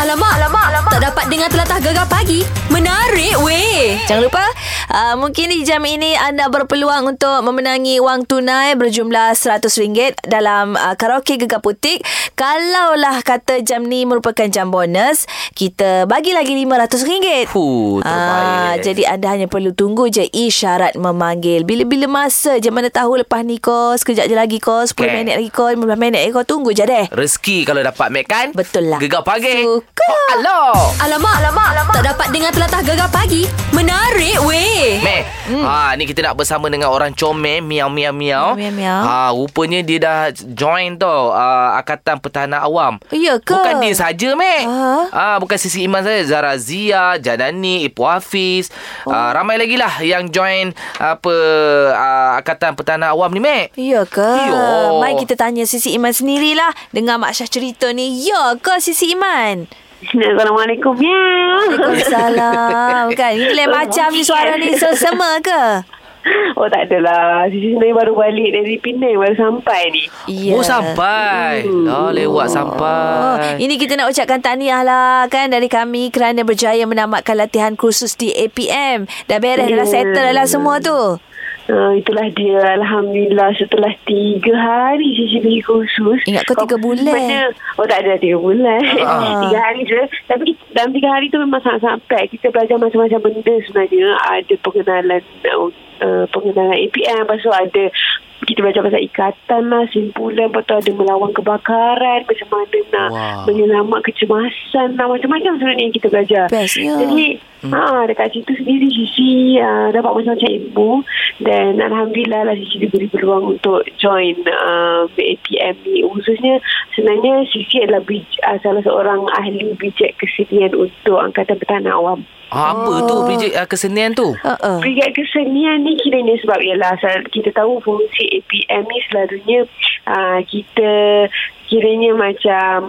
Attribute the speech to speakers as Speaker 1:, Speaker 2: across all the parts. Speaker 1: Alamak, alamak, alamak. Tak dapat dengar telatah gegar pagi. Menarik weh.
Speaker 2: Jangan lupa uh, Mungkin di jam ini Anda berpeluang untuk Memenangi wang tunai Berjumlah RM100 Dalam uh, karaoke Gegar Putik Kalaulah kata jam ni Merupakan jam bonus Kita bagi lagi RM500
Speaker 3: Fuh, terbaik.
Speaker 2: Ah, jadi anda hanya perlu tunggu je isyarat memanggil. Bila-bila masa je mana tahu lepas ni kau, sekejap je lagi kau, 10 okay.
Speaker 3: Okay.
Speaker 2: minit lagi kau, 15 minit lagi kau, tunggu je deh.
Speaker 3: Rezeki kalau dapat Mac kan
Speaker 2: Betul lah.
Speaker 3: Gegar pagi Oh,
Speaker 2: Suka.
Speaker 3: Hello
Speaker 1: Alamak, alamak, alamak. Tak dapat dengar telatah gegar pagi. Menarik weh.
Speaker 3: Meh hmm. ha, Ni kita nak bersama dengan orang comel Miau miau miau
Speaker 2: Miau, miau, miau.
Speaker 3: ha, Rupanya dia dah join tau uh, Akatan Pertahanan Awam
Speaker 2: Ya ke?
Speaker 3: Bukan dia saja Meh
Speaker 2: Ah.
Speaker 3: ha, Bukan sisi iman saya Zara Zia Jadani Ibu Hafiz oh. ha, Ramai lagi lah yang join Apa uh, Akatan Pertahanan Awam ni Meh
Speaker 2: Ya ke?
Speaker 3: Yo.
Speaker 2: Mari kita tanya Sisi Iman sendirilah. Dengar Mak Syah cerita ni. Ya ke Sisi Iman?
Speaker 4: Assalamualaikum. Ya.
Speaker 2: Salam kan. Ini lain macam ni suara ni sesama ke?
Speaker 4: Oh tak adalah. Sisi sebenarnya baru balik dari Penang. Baru sampai ni.
Speaker 3: Oh sampai
Speaker 2: Hmm.
Speaker 3: Dah lewat sampai
Speaker 2: Oh, Ini kita nak ucapkan tahniah lah kan dari kami kerana berjaya menamatkan latihan kursus di APM. Dah beres
Speaker 3: Oh.
Speaker 4: Ya.
Speaker 2: dah settle lah semua tu.
Speaker 4: Uh, itulah dia. Alhamdulillah setelah tiga hari Sisi pergi kursus.
Speaker 2: Ingat kau tiga bulan.
Speaker 4: Mana? Oh tak ada tiga bulan.
Speaker 2: Ah.
Speaker 4: tiga hari je. Tapi dalam tiga hari tu memang sangat-sangat pack. Kita belajar macam-macam benda sebenarnya. Ada pengenalan uh, pengenalan APM. Lepas tu ada kita belajar pasal ikatan lah, simpulan. Lepas tu ada melawan kebakaran. Macam mana nak
Speaker 3: Wah.
Speaker 4: menyelamat kecemasan lah. Macam-macam sebenarnya yang kita belajar.
Speaker 2: Bestnya.
Speaker 4: Jadi hmm. ha, dekat situ sendiri Sisi uh, dapat macam-macam ilmu dan Alhamdulillah lah Sisi diberi peluang untuk join uh, APM ni. Khususnya sebenarnya Sisi adalah bij, uh, salah seorang ahli bijak kesenian untuk Angkatan Pertahanan Awam.
Speaker 3: ha, Apa tu
Speaker 2: Oh.
Speaker 3: Bridget uh, kesenian tu
Speaker 2: Uh-uh.
Speaker 4: Brigad kesenian ni kiranya sebab ialah sel- kita tahu fungsi APM ni selalunya uh, kita kiranya macam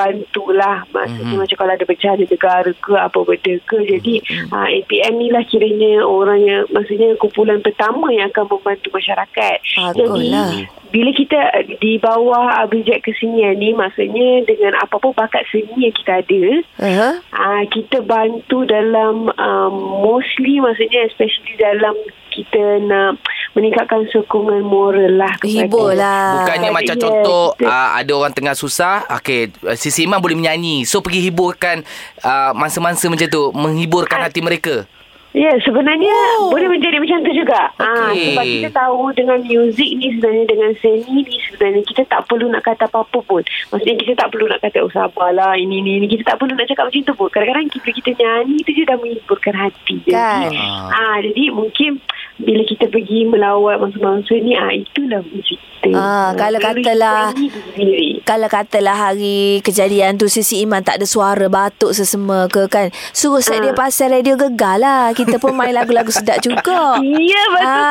Speaker 4: membantulah maksudnya mm-hmm. macam kalau ada bencana negara ke apa benda ke jadi mm-hmm. uh, APM ni lah kiranya orang yang maksudnya kumpulan pertama yang akan membantu masyarakat jadi
Speaker 2: Baguslah.
Speaker 4: bila kita uh, di bawah uh, Brigad kesenian ni maksudnya dengan apa-apa bakat seni yang kita ada
Speaker 2: Uh-huh.
Speaker 4: Uh, kita bantu dalam um, mostly maksudnya especially dalam kita nak meningkatkan sokongan moral lah. kepada-
Speaker 2: Hibur lah.
Speaker 3: Bukannya
Speaker 4: Ah,
Speaker 3: macam
Speaker 4: ya,
Speaker 3: contoh
Speaker 4: kita-
Speaker 3: uh, ada orang tengah susah, okey uh, Sisi Iman boleh menyanyi. So pergi hiburkan uh, mangsa-mangsa macam tu, menghiburkan hati mereka.
Speaker 4: Ya, yeah, sebenarnya oh. boleh menjadi macam tu juga. Okay. Ha,
Speaker 3: Okey.
Speaker 4: sebab kita tahu dengan muzik ni sebenarnya dengan seni ni sebenarnya kita tak perlu nak kata apa-apa pun. Maksudnya kita tak perlu nak kata oh sabarlah ini ni ni kita tak perlu nak cakap macam tu pun. Kadang-kadang kita, kita nyanyi tu je dah menghiburkan hati. je.
Speaker 2: Kan.
Speaker 4: Ah, jadi mungkin bila kita pergi melawat mangsa-mangsa ni ah itulah muzik kita.
Speaker 2: Ah, kalau
Speaker 4: Diri
Speaker 2: katalah-
Speaker 4: kita ni sendiri.
Speaker 2: Kalau katalah hari kejadian tu Sisi Iman tak ada suara Batuk sesema ke kan Suruh set dia pasal radio gegar lah Kita pun main lagu-lagu sedap juga
Speaker 4: Ya betul
Speaker 2: Oh.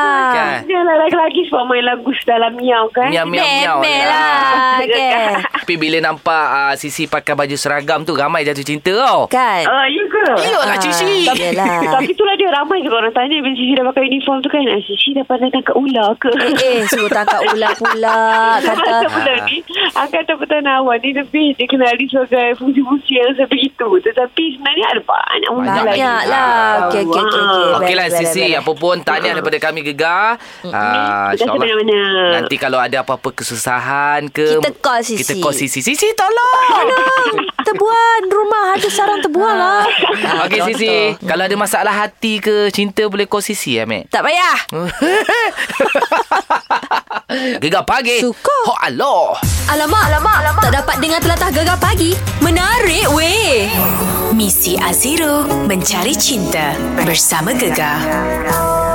Speaker 4: ah.
Speaker 2: Ah.
Speaker 4: Jangan lagi-lagi sebab main lagu dalam miau kan
Speaker 3: Miau, miau, miau.
Speaker 2: Memel
Speaker 3: lah.
Speaker 2: lah kan
Speaker 3: Tapi bila nampak uh, Sisi pakai baju seragam tu ramai jatuh cinta tau.
Speaker 2: Kan
Speaker 4: Ah, ya ke? Eh,
Speaker 3: Iyalah
Speaker 2: Ah,
Speaker 3: Cici.
Speaker 2: tak apalah.
Speaker 4: Tapi itulah dia ramai juga orang tanya Bila Sisi dah pakai uniform tu kan ah, Sisi dah pandai tangkap ular ke?
Speaker 2: Eh, eh suruh tangkap ular pula
Speaker 4: Kata
Speaker 2: Kata
Speaker 4: benda ni Angkatan Pertahanan Awam ni Lebih dikenali sebagai Fungsi-fungsi yang sebegitu Tetapi sebenarnya ada banyak fungsi lain. Ah,
Speaker 2: Banyak lah Okey, okey, okey okey.
Speaker 3: Okey
Speaker 2: Baik,
Speaker 3: lah
Speaker 2: baik, baik,
Speaker 3: Sisi
Speaker 2: baik.
Speaker 3: Apa pun Tahniah daripada kami Gegar Ah,
Speaker 4: Terima kasih
Speaker 3: InsyaAllah
Speaker 4: banyak-banyak.
Speaker 3: Nanti kalau ada apa-apa kesusahan ke
Speaker 2: Kita call Sisi.
Speaker 3: Kita call Sisi Sisi tolong
Speaker 2: Terbuan rumah Ada sarang terbuan lah
Speaker 3: Okey Sisi Kalau ada masalah hati ke Cinta boleh call Sisi ya Mek
Speaker 2: Tak payah
Speaker 3: Gegar pagi
Speaker 2: Suka.
Speaker 3: Ho aloh
Speaker 1: Alamak, alamak, alamak. Tak dapat dengar telatah gegar pagi. Menarik weh.
Speaker 5: Misi Aziro mencari cinta bersama Gegar.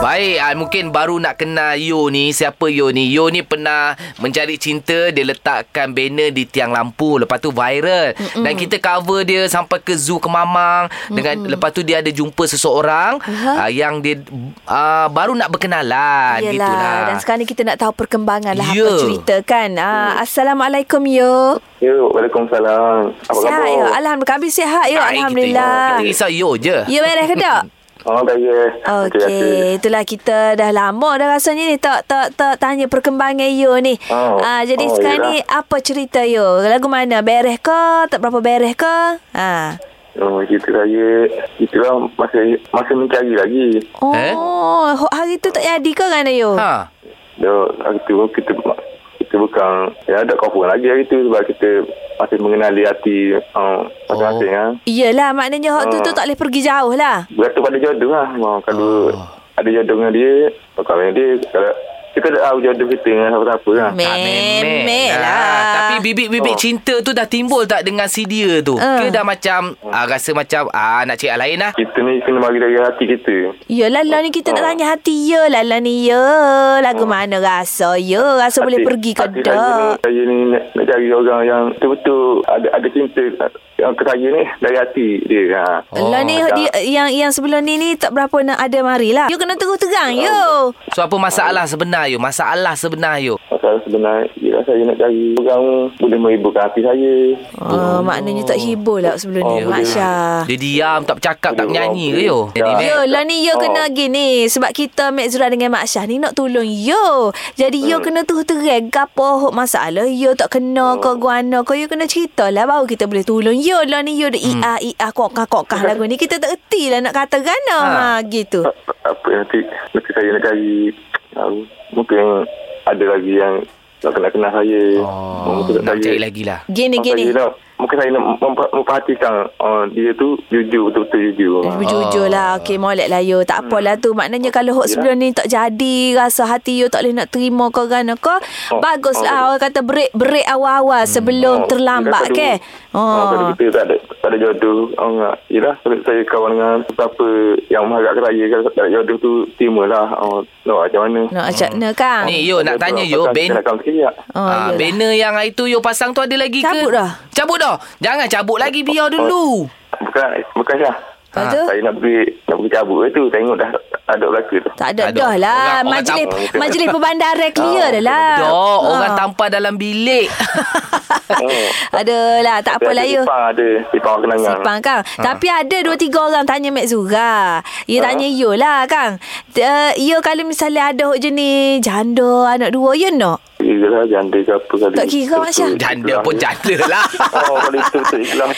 Speaker 3: Baik, ah, mungkin baru nak kenal Yo ni. Siapa Yo ni? Yo ni pernah mencari cinta, dia letakkan banner di tiang lampu. Lepas tu viral. Mm-mm. Dan kita cover dia sampai ke zoo Kemamang. Dengan lepas tu dia ada jumpa seseorang uh-huh. yang dia uh, baru nak berkenalan.
Speaker 2: Yelah
Speaker 3: Gitulah.
Speaker 2: Dan sekarang ni kita nak tahu perkembangan lah Apa
Speaker 3: Ya.
Speaker 2: cerita kan ah, Assalamualaikum yo
Speaker 6: Ya, Waalaikumsalam. Apa
Speaker 2: Sihat ya.
Speaker 6: khabar?
Speaker 2: yo Alhamdulillah Kami sihat
Speaker 3: Baik
Speaker 2: yo
Speaker 3: kita, Yo.
Speaker 2: Alhamdulillah
Speaker 3: Kita risau Yo je.
Speaker 2: Ya beres ke tak?
Speaker 6: Oh, saya.
Speaker 2: Okey, itulah kita dah lama dah rasanya ni tak tak tak tanya perkembangan you ni.
Speaker 6: Oh.
Speaker 2: Ah, jadi
Speaker 6: Oh,
Speaker 2: sekarang
Speaker 6: yelah.
Speaker 2: ni apa cerita you? Lagu mana? Bereh ke? Tak berapa bereh ke? Ha.
Speaker 6: Oh, cerita saya, cerita lah masih, masih mencari lagi.
Speaker 2: Oh,
Speaker 3: Eh?
Speaker 2: ho- hari tu tak jadi ke kerana you?
Speaker 3: Ha.
Speaker 2: Ha.
Speaker 6: Dok, hari tu kita, kita bukan, ya, tak confirm lagi hari tu sebab kita masih mengenali hati uh, masing-masing oh. kan.
Speaker 2: Iyalah, maknanya hak tu
Speaker 6: Ah.
Speaker 2: tu tak boleh pergi jauh lah.
Speaker 6: Bergantung pada jodoh lah. Oh, kalau
Speaker 3: Oh.
Speaker 6: ada jodoh dengan dia, bakal dengan dia, kalau kita tak tahu jodoh kita dengan siapa-siapa kan.
Speaker 3: Ah,
Speaker 2: Memek
Speaker 3: Ah,
Speaker 2: lah.
Speaker 3: Tapi bibit-bibit
Speaker 6: Oh.
Speaker 3: cinta tu dah timbul tak dengan si dia tu?
Speaker 2: Ah.
Speaker 3: Ke dah macam ah, rasa macam ah, nak cari yang lain lah?
Speaker 6: Kita ni kena bagi dari hati kita.
Speaker 2: Yelah lah ni kita nak
Speaker 6: Oh.
Speaker 2: tanya hati ya lah lah ni ya. Lagu mana rasa ya. Rasa boleh
Speaker 6: Ah. Hati-
Speaker 2: pergi ke
Speaker 6: hati saya ni-
Speaker 2: tak.
Speaker 6: Saya ni nak, nak cari orang yang betul-betul ada, ada cinta yang ke saya ni dari hati dia. Ha.
Speaker 3: Oh.
Speaker 2: Lah ni
Speaker 6: tak.
Speaker 2: dia, yang yang sebelum ni ni tak berapa nak ada mari lah. You kena terus terang you.
Speaker 3: So apa masalah sebenar you? Masalah sebenar you?
Speaker 6: Masalah sebenarnya, ialah saya nak cari orang boleh menghiburkan hati saya.
Speaker 2: Oh, maknanya tak hibur lah sebelum
Speaker 6: Oh, Ah.
Speaker 2: ni.
Speaker 6: boleh.
Speaker 2: Mak Syah.
Speaker 3: Dia diam, tak bercakap, tak
Speaker 6: Aduh,
Speaker 3: menyanyi ke
Speaker 6: okey.
Speaker 3: you?
Speaker 6: Ya.
Speaker 3: Jadi,
Speaker 2: Yo, lah ni yo
Speaker 6: Oh.
Speaker 2: kena gini sebab kita Mek Zura dengan Mak Syah ni nak tolong yo. Jadi
Speaker 6: Hmm.
Speaker 2: yo kena tu terang gapo hok masalah yo tak kena
Speaker 6: Hmm.
Speaker 2: ke guano ke yo kena cerita lah baru kita boleh tolong yo. Lah ni yo de ia ia kokah kokah lagu ni kita tak erti lah nak kata gana
Speaker 3: Ha.
Speaker 2: ha. gitu.
Speaker 6: Tak- tak Apa yang nanti, nanti saya nak cari, tahu, mungkin ada lagi yang tak kenal-kenal saya.
Speaker 2: Ya.
Speaker 3: oh,
Speaker 6: Mungkin tak
Speaker 3: nak
Speaker 6: saya-
Speaker 3: cari lagi lah.
Speaker 2: Gini
Speaker 6: Mungkin
Speaker 2: gini.
Speaker 6: saya nak- Mungkin saya nak memper- memperhatikan uh, dia tu jujur, betul-betul jujur. Ha.
Speaker 2: Jujur lah Okey molek lah you
Speaker 6: Hmm.
Speaker 2: Tak apalah tu Maknanya kalau hok sebelum ni Tak jadi Rasa hati you tak boleh nak terima kau kerana kau
Speaker 6: Oh,
Speaker 2: Bagus lah
Speaker 6: oh.
Speaker 2: Orang kata break Break awal-awal
Speaker 6: Oh,
Speaker 2: Sebelum terlambat Oh.
Speaker 6: yelah,
Speaker 2: ke
Speaker 6: kalau- ah, Kalau kita tak ada, tak ada jodoh, oh, enggak. Yelah, kalau saya kawan dengan siapa yang mengharap keraya, kalau tak ada jodoh tu, timalah. Oh, nak macam mana.
Speaker 2: Nak ajak hmm. kang
Speaker 3: Ni you nak tanya you, Ben.
Speaker 6: Nak kawan sekejap.
Speaker 2: Oh,
Speaker 3: ah,
Speaker 2: iyalah.
Speaker 3: banner yang hari tu you pasang tu ada lagi
Speaker 2: Cabut
Speaker 3: ke?
Speaker 2: dah.
Speaker 3: Cabut dah. Jangan cabut lagi biar dulu.
Speaker 6: Bukan, bukan lah.
Speaker 2: Lepas tu?
Speaker 6: Saya nak beri, nak beri cabut ke tu, tengok dah ada belaka tu.
Speaker 2: Tak ada
Speaker 3: Tak ada.
Speaker 2: dah lah
Speaker 3: Orang- orang
Speaker 2: Majlis
Speaker 6: tampar.
Speaker 2: majlis perbandaran clear dah lah
Speaker 3: Dah,
Speaker 2: Ha.
Speaker 3: orang tampar dalam bilik.
Speaker 6: Oh.
Speaker 2: Adalah tak
Speaker 6: Tapi ada
Speaker 2: apalah
Speaker 6: lah.
Speaker 2: you
Speaker 6: Sipang ada, sipang kenangan.
Speaker 2: lah, Sipang Kang ha.
Speaker 3: Ah.
Speaker 2: Tapi ada dua tiga orang Tanya Mek Zura Ya
Speaker 6: Ha.
Speaker 2: tanya you lah Kang uh, You kalau misalnya ada Hok jenis Janda Anak dua You nak
Speaker 6: Yelah, lah, janda ke apa kali.
Speaker 2: Tak kira, Mak Syah.
Speaker 3: Janda pun janda lah.
Speaker 6: Oh, kalau itu betul ikhlas.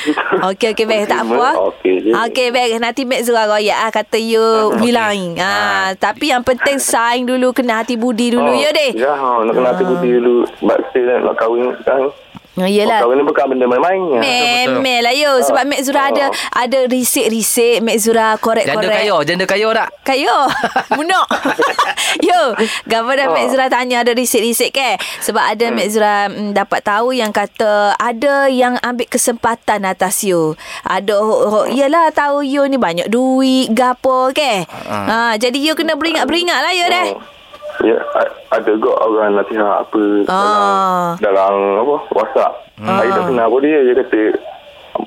Speaker 2: Okey, okey, baik. Tak apa.
Speaker 6: Okey je.
Speaker 2: Okey, baik. Nanti Mek Zura royak ah, kata you bilang. Ah, Tapi yang penting saing dulu. Kena hati budi dulu, Ah.
Speaker 6: Oh,
Speaker 2: you deh.
Speaker 6: Ya, ha, nak kena hati budi dulu. Sebab saya nak, nak kahwin kan.
Speaker 2: Oh, Yelah.
Speaker 6: Kahwin ni bukan benda main-main. ya.
Speaker 3: betul. Ah.
Speaker 2: Memel lah you Sebab Mek Zura ada Ada risik-risik Mek Zura
Speaker 3: Janda
Speaker 2: korek-korek
Speaker 3: kaya, janda kaya tak?
Speaker 2: Kayo Munok Yo Governor
Speaker 3: Ah.
Speaker 6: Oh.
Speaker 2: oh. Mek Zura tanya Ada risik-risik ke Sebab ada hmm. Mek Zura mm, Dapat tahu yang kata Ada yang ambil kesempatan atas you Ada ho, ho, Yelah tahu you ni banyak duit Gapo ke
Speaker 3: Ah.
Speaker 2: ha, Jadi you kena beringat-beringat lah you deh
Speaker 6: Oh. Ya, a- ada ke orang nasihat apa
Speaker 2: Ah. Hmm.
Speaker 6: dalam, dalam apa, WhatsApp. Saya tak kenal apa dia. Dia kata,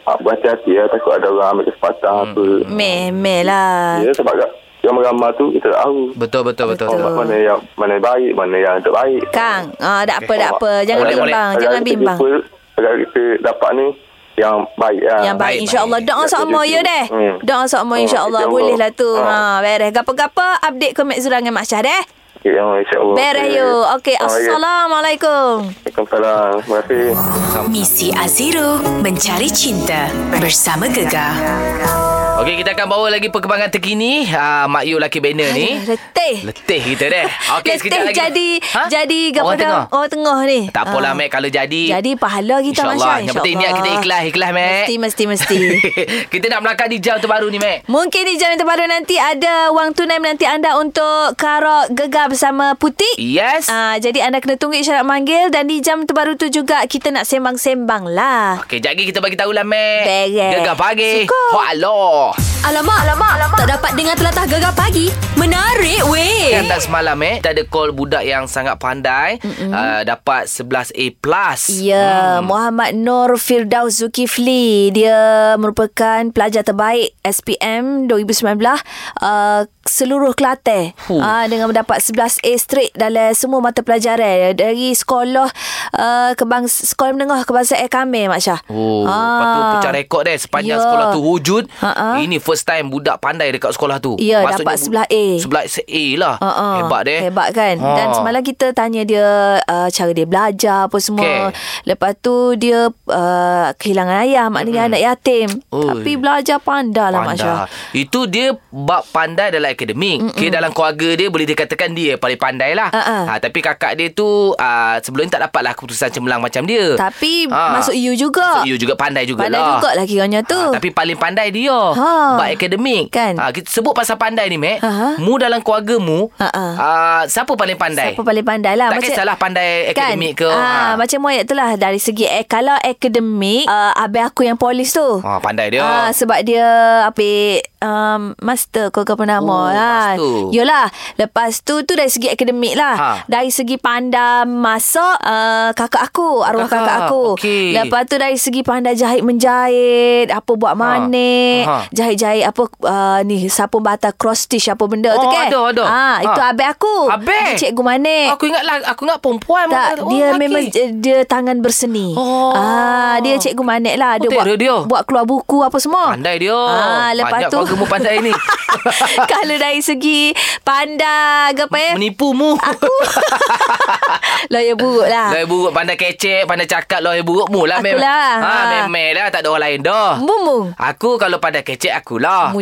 Speaker 6: "Ah, berhati-hati ya, takut ada orang ambil kesempatan apa.
Speaker 2: Memel Hmm. lah
Speaker 6: Ya, sebab ramai-ramai tu kita tak tahu.
Speaker 3: Betul, betul, betul.
Speaker 6: Oh,
Speaker 3: betul.
Speaker 6: mana yang mana yang baik, mana yang tak baik.
Speaker 2: Kang ah, Tak apa, tak apa Jangan
Speaker 3: Boleh, boleh.
Speaker 2: bimbang Jangan bimbang
Speaker 6: Kalau kita dapat ni yang baik lah.
Speaker 2: Yang baik
Speaker 3: Baik,
Speaker 2: insyaAllah
Speaker 3: baik.
Speaker 2: Doa
Speaker 6: Dapat
Speaker 2: sama
Speaker 6: rezeki.
Speaker 2: ya deh
Speaker 6: Hmm.
Speaker 2: Doa
Speaker 6: Hmm,
Speaker 2: sama insyaAllah
Speaker 6: insyaAllah.
Speaker 2: Boleh lah tu
Speaker 6: Ah.
Speaker 2: ha. Beres Gapa-gapa Update ke Mek Zura dengan Mak Syah deh
Speaker 6: Okay, yang insyaAllah.
Speaker 2: Beres you Okey
Speaker 6: Ah, ya.
Speaker 2: Assalamualaikum
Speaker 6: Waalaikumsalam. Terima kasih.
Speaker 5: Misi Aziro mencari cinta bersama Gegar.
Speaker 3: Okey, kita akan bawa lagi perkembangan terkini. Ah, Mak Yu Lucky Banner ni.
Speaker 2: Aduh, letih.
Speaker 3: Letih kita deh. Okey, sekejap
Speaker 2: Letih
Speaker 3: lagi.
Speaker 2: jadi
Speaker 3: Ha?
Speaker 2: Jadi
Speaker 3: Orang tengah.
Speaker 2: gapa Oh tengah ni
Speaker 3: Tak apalah,
Speaker 2: Ah.
Speaker 3: Mek. Kalau jadi...
Speaker 2: Jadi pahala kita
Speaker 3: InsyaAllah.
Speaker 2: Masya
Speaker 3: Yang penting niat kita ikhlas. Ikhlas, Mek.
Speaker 2: Mesti mesti mesti
Speaker 3: kita nak melangkah di jam terbaru ni, Mek.
Speaker 2: Mungkin di jam yang terbaru nanti ada wang tunai menanti anda untuk karok gegar bersama Putih.
Speaker 3: Yes.
Speaker 2: Ah, jadi anda kena tunggu isyarat manggil dan di jam terbaru tu juga kita nak sembang-sembang lah.
Speaker 3: Okey, jap lagi kita bagi tahu lah, Mek.
Speaker 2: Beres.
Speaker 3: Gegar pagi.
Speaker 2: Suka.
Speaker 3: Ho, aloh.
Speaker 1: Alamak, alamak, alamak. Tak dapat dengar telatah gegar pagi. Menarik weh.
Speaker 3: Yang tak semalam eh Kita ada call budak yang sangat pandai uh, Dapat 11A+. plus.
Speaker 2: Ya, hmm. Muhammad Nur Firdaus Zulkifli. Dia merupakan pelajar terbaik SPM 2019 uh, seluruh Kelantan
Speaker 3: Huh.
Speaker 2: uh, dengan mendapat 11 A straight dalam semua mata pelajaran dari sekolah uh, kebangsa, sekolah menengah kebangsaan kami Mak Syah.
Speaker 3: Oh, lepas tu pecah rekod deh sepanjang
Speaker 2: lah. Ah. Ya.
Speaker 3: yeah. sekolah tu wujud.
Speaker 2: Ha-ha.
Speaker 3: Ini first time budak pandai dekat sekolah tu.
Speaker 2: Ya, dapat sebelah A.
Speaker 3: Sebelah A lah.
Speaker 2: Uh-uh.
Speaker 3: Hebat deh.
Speaker 2: Hebat kan
Speaker 3: Ha.
Speaker 2: Dan semalam kita tanya dia uh, Cara dia belajar apa semua
Speaker 3: Okey.
Speaker 2: Lepas tu dia uh, Kehilangan ayah Maknanya anak yatim
Speaker 3: Oi.
Speaker 2: Tapi belajar pandai lah Mak Syah
Speaker 3: Hmm. Pandai. Itu dia bab pandai dalam akademik. Mm-mm. Kira dalam keluarga dia boleh dikatakan dia yang paling pandai lah.
Speaker 2: Ha-ha.
Speaker 3: Ha, tapi kakak dia tu uh, sebelum ni tak dapatlah keputusan cemerlang macam dia.
Speaker 2: Tapi
Speaker 3: Ha.
Speaker 2: masuk you juga
Speaker 3: So, you juga pandai juga
Speaker 2: Pandai
Speaker 3: lah.
Speaker 2: jugalah kiranya tu
Speaker 3: Ha, tapi paling pandai dia.
Speaker 2: Ha.
Speaker 3: Ha. Bab akademik.
Speaker 2: Kan?
Speaker 3: Ha, kita sebut pasal pandai ni, Mac.
Speaker 2: Aha.
Speaker 3: Mu dalam keluarga mu,
Speaker 2: Ha, ha.
Speaker 3: ah, siapa paling pandai?
Speaker 2: Siapa paling pandai lah
Speaker 3: Tak kisahlah pandai akademik ke. Ha.
Speaker 2: ha, Macam Moyak tu lah Dari segi eh, Kalau akademik uh, Abang aku yang polis tu
Speaker 3: Ha, pandai dia.
Speaker 2: Ah, sebab dia ambil um, master kau kau pernah
Speaker 3: Oh,
Speaker 2: lah.
Speaker 3: master.
Speaker 2: Yolah, lepas tu tu dari segi akademik lah.
Speaker 3: Ha.
Speaker 2: Dari segi pandai masak uh, kakak aku, arwah kakak,
Speaker 3: Kakak,
Speaker 2: aku.
Speaker 3: okey.
Speaker 2: Lepas tu dari segi pandai jahit menjahit, apa buat manik,
Speaker 3: Ha.
Speaker 2: jahit-jahit apa uh, ni sapun bata cross stitch apa benda tu
Speaker 3: Oh,
Speaker 2: kan.
Speaker 3: ada, ada.
Speaker 2: Ah,
Speaker 3: Ha.
Speaker 2: itu abang aku.
Speaker 3: Abang?
Speaker 2: Dia cikgu manik.
Speaker 3: Aku ingat lah, aku ingat perempuan.
Speaker 2: Tak,
Speaker 3: Oh,
Speaker 2: dia
Speaker 3: lelaki.
Speaker 2: memang eh, dia tangan berseni.
Speaker 3: Oh.
Speaker 2: Ah, dia cikgu manik lah. Dia
Speaker 3: Oh,
Speaker 2: buat
Speaker 3: terror dia.
Speaker 2: buat keluar buku apa semua.
Speaker 3: Pandai dia.
Speaker 2: Ah, lepas
Speaker 3: Banyak
Speaker 2: tu
Speaker 3: keluarga mu pandai ni.
Speaker 2: Kalau dari segi pandai ke apa ya?
Speaker 3: Menipu mu. Aku.
Speaker 2: Lawyer buruk lah.
Speaker 3: Lawyer buruk pandai kecek, pandai cakap lawyer buruk mu lah.
Speaker 2: Aku lah.
Speaker 3: Ha,
Speaker 2: Ha.
Speaker 3: memek lah. Tak ada orang lain dah.
Speaker 2: Mumu.
Speaker 3: Aku kalau pandai kecek akulah.
Speaker 2: Mu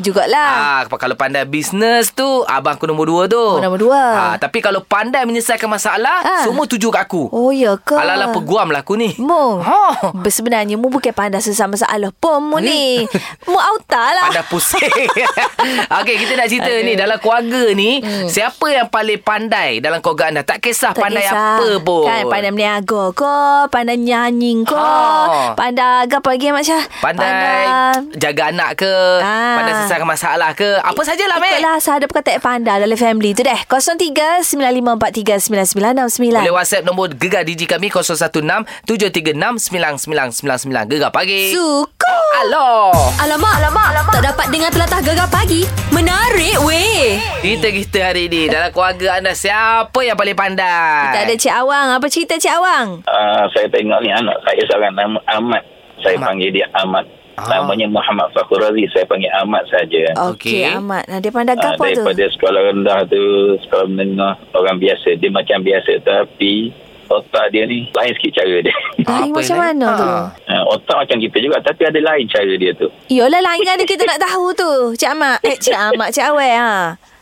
Speaker 3: Ah,
Speaker 2: jugalah.
Speaker 3: kalau pandai bisnes tu abang aku nombor dua tu.
Speaker 2: Oh, nombor dua.
Speaker 3: Ah, tapi kalau pandai menyelesaikan masalah,
Speaker 2: Ah.
Speaker 3: semua tuju kat aku.
Speaker 2: Oh ya ke?
Speaker 3: Ala-ala peguam lah aku ni.
Speaker 2: Mu.
Speaker 3: Ha.
Speaker 2: Ber- Sebenarnya mu bukan pandai sesama masalah pun mu ni. mu auta lah.
Speaker 3: Pandai pusing Okey kita nak cerita ni Dalam keluarga ni hmm. Siapa yang paling pandai Dalam keluarga anda Tak kisah
Speaker 2: Tak
Speaker 3: pandai
Speaker 2: kisah.
Speaker 3: apa pun
Speaker 2: Kan pandai meniaga ke Pandai nyanyi ke
Speaker 3: Ah.
Speaker 2: Pandai apa lagi Mak Syah
Speaker 3: Pandai, jaga anak ke
Speaker 2: Ah.
Speaker 3: Pandai selesaikan masalah ke Apa sajalah Mek
Speaker 2: Ikutlah sahaja perkataan pandai dalam family tu deh 03 9543
Speaker 3: Boleh whatsapp nombor Gegar DJ kami 016-736-9999 Gegar pagi
Speaker 2: Suka
Speaker 3: Alo
Speaker 1: Alamak, alamak, alamak. Tak dapat dengar telatah gegar pagi. Menarik weh.
Speaker 3: Cerita kita hari ni Dalam keluarga anda Siapa yang paling pandai
Speaker 2: Tak ada Cik Awang Apa cerita Cik Awang
Speaker 7: Ah, saya tengok ni anak saya seorang nama Ahmad. Saya
Speaker 3: Ahmad.
Speaker 7: panggil dia Ahmad.
Speaker 3: Ah.
Speaker 7: Namanya Muhammad Fakhur Razi. Saya panggil Ahmad saja.
Speaker 2: Okey
Speaker 3: Okey.
Speaker 2: Ahmad nah, Dia pandai
Speaker 7: Ah,
Speaker 2: gapa Ah, tu
Speaker 7: daripada sekolah rendah tu, sekolah menengah, orang biasa. Dia macam biasa tapi otak dia ni lain sikit cara dia.
Speaker 2: Lain
Speaker 3: Apa
Speaker 2: macam
Speaker 3: ni?
Speaker 2: mana tu
Speaker 3: Ah.
Speaker 7: Ah, otak macam kita juga tapi ada lain cara dia tu.
Speaker 2: Yolah lain kan kita nak tahu tu Cik Ahmad Eh Cik Ahmad Cik Awang ha.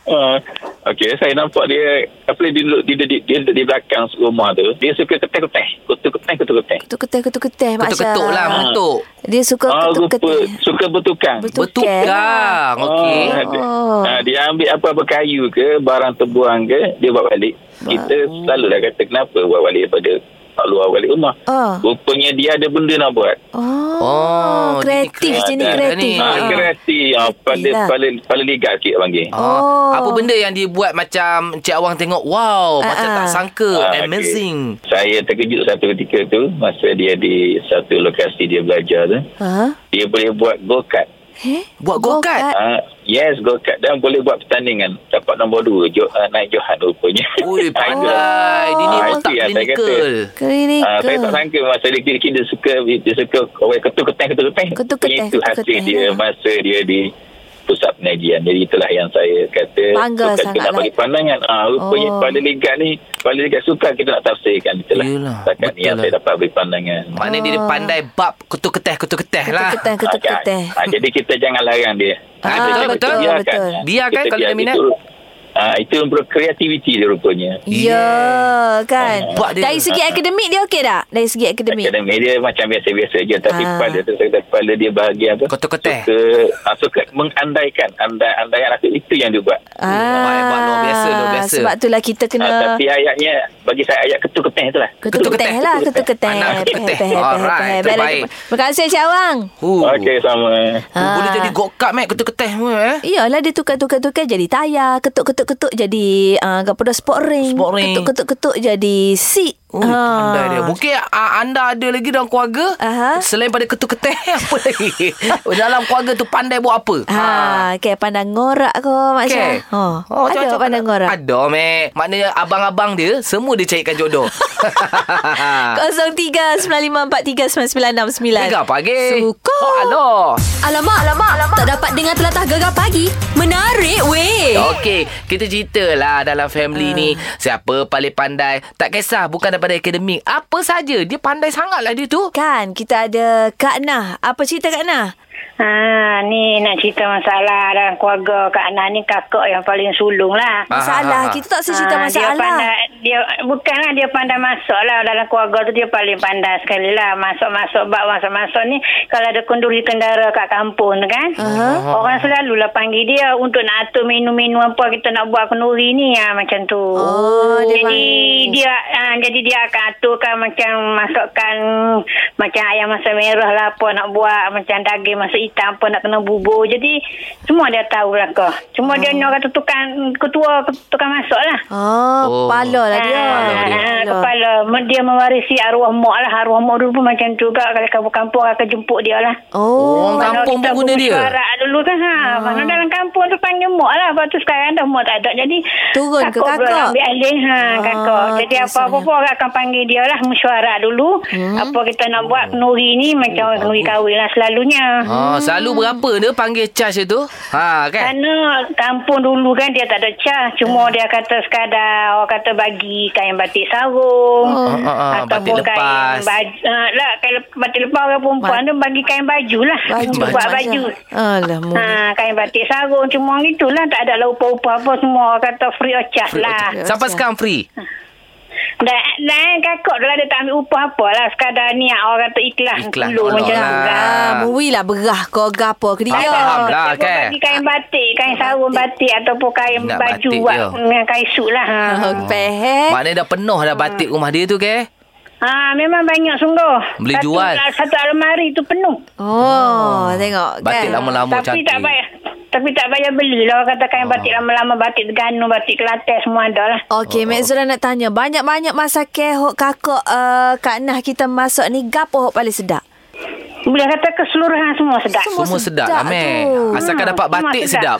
Speaker 7: Uh, Okey, saya nampak dia apa dia duduk dia, dia, dia duduk di belakang rumah tu. Dia suka keteh-keteh, kutu-keteh-kutu-keteh.
Speaker 2: Tu ketih-ketih
Speaker 3: Ketuk-ketuk lah Ketuk
Speaker 2: Dia suka
Speaker 7: Ah, rupa
Speaker 2: ketuk-ketih
Speaker 7: suka bertukang.
Speaker 2: Bertukang. lah.
Speaker 3: Bertukar Okey
Speaker 7: Ah, dia,
Speaker 2: Oh.
Speaker 7: ah, dia ambil apa-apa kayu ke, barang terbuang ke, dia buat balik. Kita selalu dah kata kenapa buat balik daripada tak luar balik rumah.
Speaker 2: Ah.
Speaker 7: Rupanya dia ada benda nak buat.
Speaker 2: Oh,
Speaker 3: Oh,
Speaker 2: Kreatif
Speaker 3: dia ni
Speaker 2: jenis
Speaker 1: lah
Speaker 3: kreatif ni.
Speaker 2: kreatif
Speaker 3: Ah.
Speaker 7: Ha, kreatif. Ha, pada,
Speaker 2: lah.
Speaker 7: pada, pada ligat sikit panggil.
Speaker 2: Oh.
Speaker 3: Oh. Apa benda yang dia buat macam Cik Awang tengok wow,
Speaker 2: Ah,
Speaker 3: macam
Speaker 2: ah.
Speaker 3: tak sangka,
Speaker 7: Ah, okey.
Speaker 3: amazing.
Speaker 7: Saya terkejut satu ketika tu, masa dia di satu lokasi dia belajar tu.
Speaker 2: ha?
Speaker 7: Dia boleh buat go-kart.
Speaker 2: Eh?
Speaker 3: Buat go-kart?
Speaker 7: Ah, yes, go-kart. Dan boleh buat pertandingan. Dapat nombor dua, jo, ah, naik Johan rupanya.
Speaker 3: Ui,
Speaker 7: Ada.
Speaker 3: pandai. Dia ni
Speaker 7: Ah,
Speaker 3: otak
Speaker 7: itu yang saya kata.
Speaker 3: klinikal.
Speaker 7: Ah, saya tak
Speaker 2: Klinikal
Speaker 7: sangka masa dia kecil dia suka dia suka orang ketuk-ketang ketuk-ketang.
Speaker 2: Ketuk-ketang,
Speaker 7: Itu hasil
Speaker 2: ketuk-ketang.
Speaker 7: dia masa dia di pusat pengajian. Jadi itulah yang saya kata
Speaker 2: Bangga
Speaker 7: sukan
Speaker 2: sangat
Speaker 7: kita nak
Speaker 2: lah.
Speaker 7: bagi pandangan. Ah rupanya
Speaker 2: Oh.
Speaker 7: oh. pada ligat ni, pada ligat suka kita nak tafsirkan itulah.
Speaker 3: Yelah,
Speaker 7: Setakat ni
Speaker 3: betul
Speaker 7: yang
Speaker 3: lah.
Speaker 7: saya dapat beri pandangan. Ah,
Speaker 3: Maknanya dia
Speaker 2: Ah.
Speaker 3: pandai bab ketuk-keteh-ketuk-keteh lah.
Speaker 2: Ketuk-ketih
Speaker 7: Ketuk-ketih.
Speaker 2: Ketuk-ketih
Speaker 7: Ah, jadi kita jangan larang dia.
Speaker 2: Ah,
Speaker 7: Kita
Speaker 3: betul, betul,
Speaker 7: biarkan.
Speaker 2: betul.
Speaker 3: Biarkan
Speaker 7: Kita
Speaker 3: kalau dia
Speaker 7: biar-
Speaker 3: minat.
Speaker 7: itu- Ah itu kreativiti dia rupanya.
Speaker 2: Ya kan
Speaker 3: Nampak dia. Ha,
Speaker 2: Dari segi akademik dia okey tak? Dari segi akademik
Speaker 7: Akademik dia macam biasa-biasa je Tapi
Speaker 2: Ah.
Speaker 7: ah. kepala tu saya kata Kepala dia bahagian apa
Speaker 3: Kotak-kotak.
Speaker 7: Suka ah, Suka mengandaikan Andai-andaikan aku Itu yang dia buat
Speaker 3: Hebat, luar biasa, luar biasa.
Speaker 2: Ah, Sebab itulah kita kena
Speaker 7: ah, Tapi ayatnya Bagi saya ayat ketuk-ketuk tu lah
Speaker 2: Ketuk-ketih lah Ketuk-ketih
Speaker 3: Anak ketuk-ketih.
Speaker 2: Peh, peh, peh,
Speaker 3: Alright,
Speaker 2: peh.
Speaker 3: itu
Speaker 2: Baiklah,
Speaker 3: baik.
Speaker 2: Terima kasih Cik Awang
Speaker 3: Huh.
Speaker 7: Okey sama
Speaker 3: Oh, Boleh
Speaker 2: Ah.
Speaker 3: jadi go-kart, Mac, ketuk-keteh pun, eh.
Speaker 2: Iyalah dia tukar-tukar-tukar jadi tayar Ketuk-ketuk-ketuk jadi uh, Gak pedas sport ring
Speaker 3: Sport ring.
Speaker 2: Ketuk-ketuk-ketuk jadi seat Ah.
Speaker 3: Oh, pandai dia. Mungkin uh, anda ada lagi dalam keluarga
Speaker 2: Aha.
Speaker 3: selain pada ketuk-ketuk apa lagi? Oh, dalam keluarga tu pandai buat apa? Ah,
Speaker 2: Ha, okay, pandang ngorak ke Mak
Speaker 3: Okay.
Speaker 2: Syah? Oh, oh, ada
Speaker 3: macam-macam
Speaker 2: pandang ngorak.
Speaker 3: Ada, Mek. Maknanya abang-abang dia, semua dia carikan jodoh.
Speaker 2: 03-9543-9969
Speaker 3: Gegar pagi.
Speaker 2: Suka
Speaker 3: Oh, aloh.
Speaker 1: Alamak, alamak, alamak. Tak dapat dengar telatah gegar pagi. Menarik
Speaker 2: Eh.
Speaker 1: weh.
Speaker 3: Ya, Okey, kita ceritalah dalam family ni siapa paling pandai. Tak kisah bukan daripada akademik. Apa saja dia pandai sangatlah dia tu.
Speaker 2: Kan, kita ada Kak Nah. Apa cerita Kak Nah?
Speaker 8: Ha, ni nak cerita masalah dalam keluarga Kak Ana ni kakak yang paling sulung lah.
Speaker 3: Ah,
Speaker 2: Masalah.
Speaker 3: ah, ah.
Speaker 2: Kita tak secerita
Speaker 8: Ah,
Speaker 2: masalah.
Speaker 8: Dia pandai, dia, bukanlah dia pandai masak lah. Dalam keluarga tu dia paling pandai sekali lah. Masak-masak, bak masak-masak ni. Kalau ada kenduri kendara kat kampung tu kan.
Speaker 2: Ah.
Speaker 8: Uh-huh. Orang selalulah panggil dia untuk nak atur menu-menu apa kita nak buat kenduri ni. Ha, macam tu.
Speaker 2: Oh, dia
Speaker 8: jadi dia ha, jadi dia akan aturkan macam masukkan macam ayam masak merah lah apa nak buat. Macam daging masak hitam apa nak kena bubur. Jadi semua dia tahu lah kau. Cuma dia
Speaker 3: Hmm.
Speaker 8: ni orang tu tukang ketua tukang masak lah.
Speaker 2: Oh,
Speaker 3: Oh.
Speaker 2: kepala lah dia.
Speaker 3: Kepala dia.
Speaker 8: Ah, kepala Me- dia mewarisi arwah mak lah arwah mak dulu pun macam tu juga kalau kampung-kampung akan jemput dia lah
Speaker 3: Orang
Speaker 2: Oh,
Speaker 3: kampung pun
Speaker 8: Kalau kita
Speaker 3: guna dia. Ah.
Speaker 8: bersuara dulu kan ha. Mana dalam kampung tu panggil mak lah Lepas tu sekarang dah mak tak ada Jadi
Speaker 2: Turun ke
Speaker 8: kakak
Speaker 2: kakak?
Speaker 8: pula ambil alih ha,
Speaker 2: Ah,
Speaker 8: kakak Jadi
Speaker 2: tu
Speaker 8: apa-apa
Speaker 2: sayang.
Speaker 8: pun orang akan panggil dia lah Mesyuarat dulu
Speaker 3: Hmm.
Speaker 8: Apa kita nak buat Nuri ni macam oh, Nuri kahwin lah selalunya
Speaker 3: Ha, selalu berapa dia panggil charge dia tu? Ha, kan?
Speaker 8: Kerana kampung dulu kan dia tak ada cas.
Speaker 2: Ya.
Speaker 8: Cuma dia kata sekadar orang kata bagi kain batik sarung.
Speaker 2: Oh.
Speaker 3: Ah, ah, ah, batik lepas.
Speaker 8: kain baju. Uh, lah, kain lep- batik lepas orang perempuan tu bagi kain baju lah.
Speaker 2: Baju.
Speaker 8: Buat
Speaker 2: Mak
Speaker 8: baju.
Speaker 2: Syah. Alah, mudah.
Speaker 8: Ha, kain batik sarung cuma gitulah tak ada lah upah-upah apa semua orang kata free of charge lah.
Speaker 3: Sampai sekarang free.
Speaker 8: Dan, dan kakak tu lah dia tak ambil upah apa lah sekadar ni orang kata ikhlas,
Speaker 3: Ikhlas
Speaker 8: tolong
Speaker 3: tolong
Speaker 8: macam tu
Speaker 3: lah.
Speaker 8: lah.
Speaker 2: Ah, mui lah berah kau gapo ke dia.
Speaker 3: Faham lah.
Speaker 8: Dia
Speaker 3: kan?
Speaker 8: Bagi kain batik, kain sarung batik ataupun kain
Speaker 3: Nak
Speaker 8: baju
Speaker 3: batik
Speaker 8: buat
Speaker 3: dia.
Speaker 8: dengan kain suit lah. Ha.
Speaker 2: Oh, pehe.
Speaker 3: Maknanya dah penuh dah batik rumah dia tu, ke?
Speaker 8: ha, memang banyak sungguh.
Speaker 3: Boleh
Speaker 8: satu,
Speaker 3: jual.
Speaker 8: Satu almari tu penuh.
Speaker 2: Oh, tengok
Speaker 3: Batik
Speaker 2: kan.
Speaker 3: lama-lama
Speaker 8: Tapi
Speaker 3: Oh, cantik. Ah.
Speaker 8: tak payah. Tapi tak payah beli lah. Orang kata kain batik lama-lama, batik Terengganu, batik Kelantan semua ada lah.
Speaker 2: Okey,
Speaker 3: Oh.
Speaker 2: Mek Zura nak tanya. Banyak-banyak masakan hok kakak uh, Kak Nah kita masak ni gapo hok paling sedap?
Speaker 8: Boleh kata keseluruhan semua sedap.
Speaker 3: Semua sedap, lah, Mek.
Speaker 2: tu.
Speaker 3: Asalkan
Speaker 8: Hmm,
Speaker 3: dapat
Speaker 8: semua
Speaker 3: batik sedap.
Speaker 8: sedap.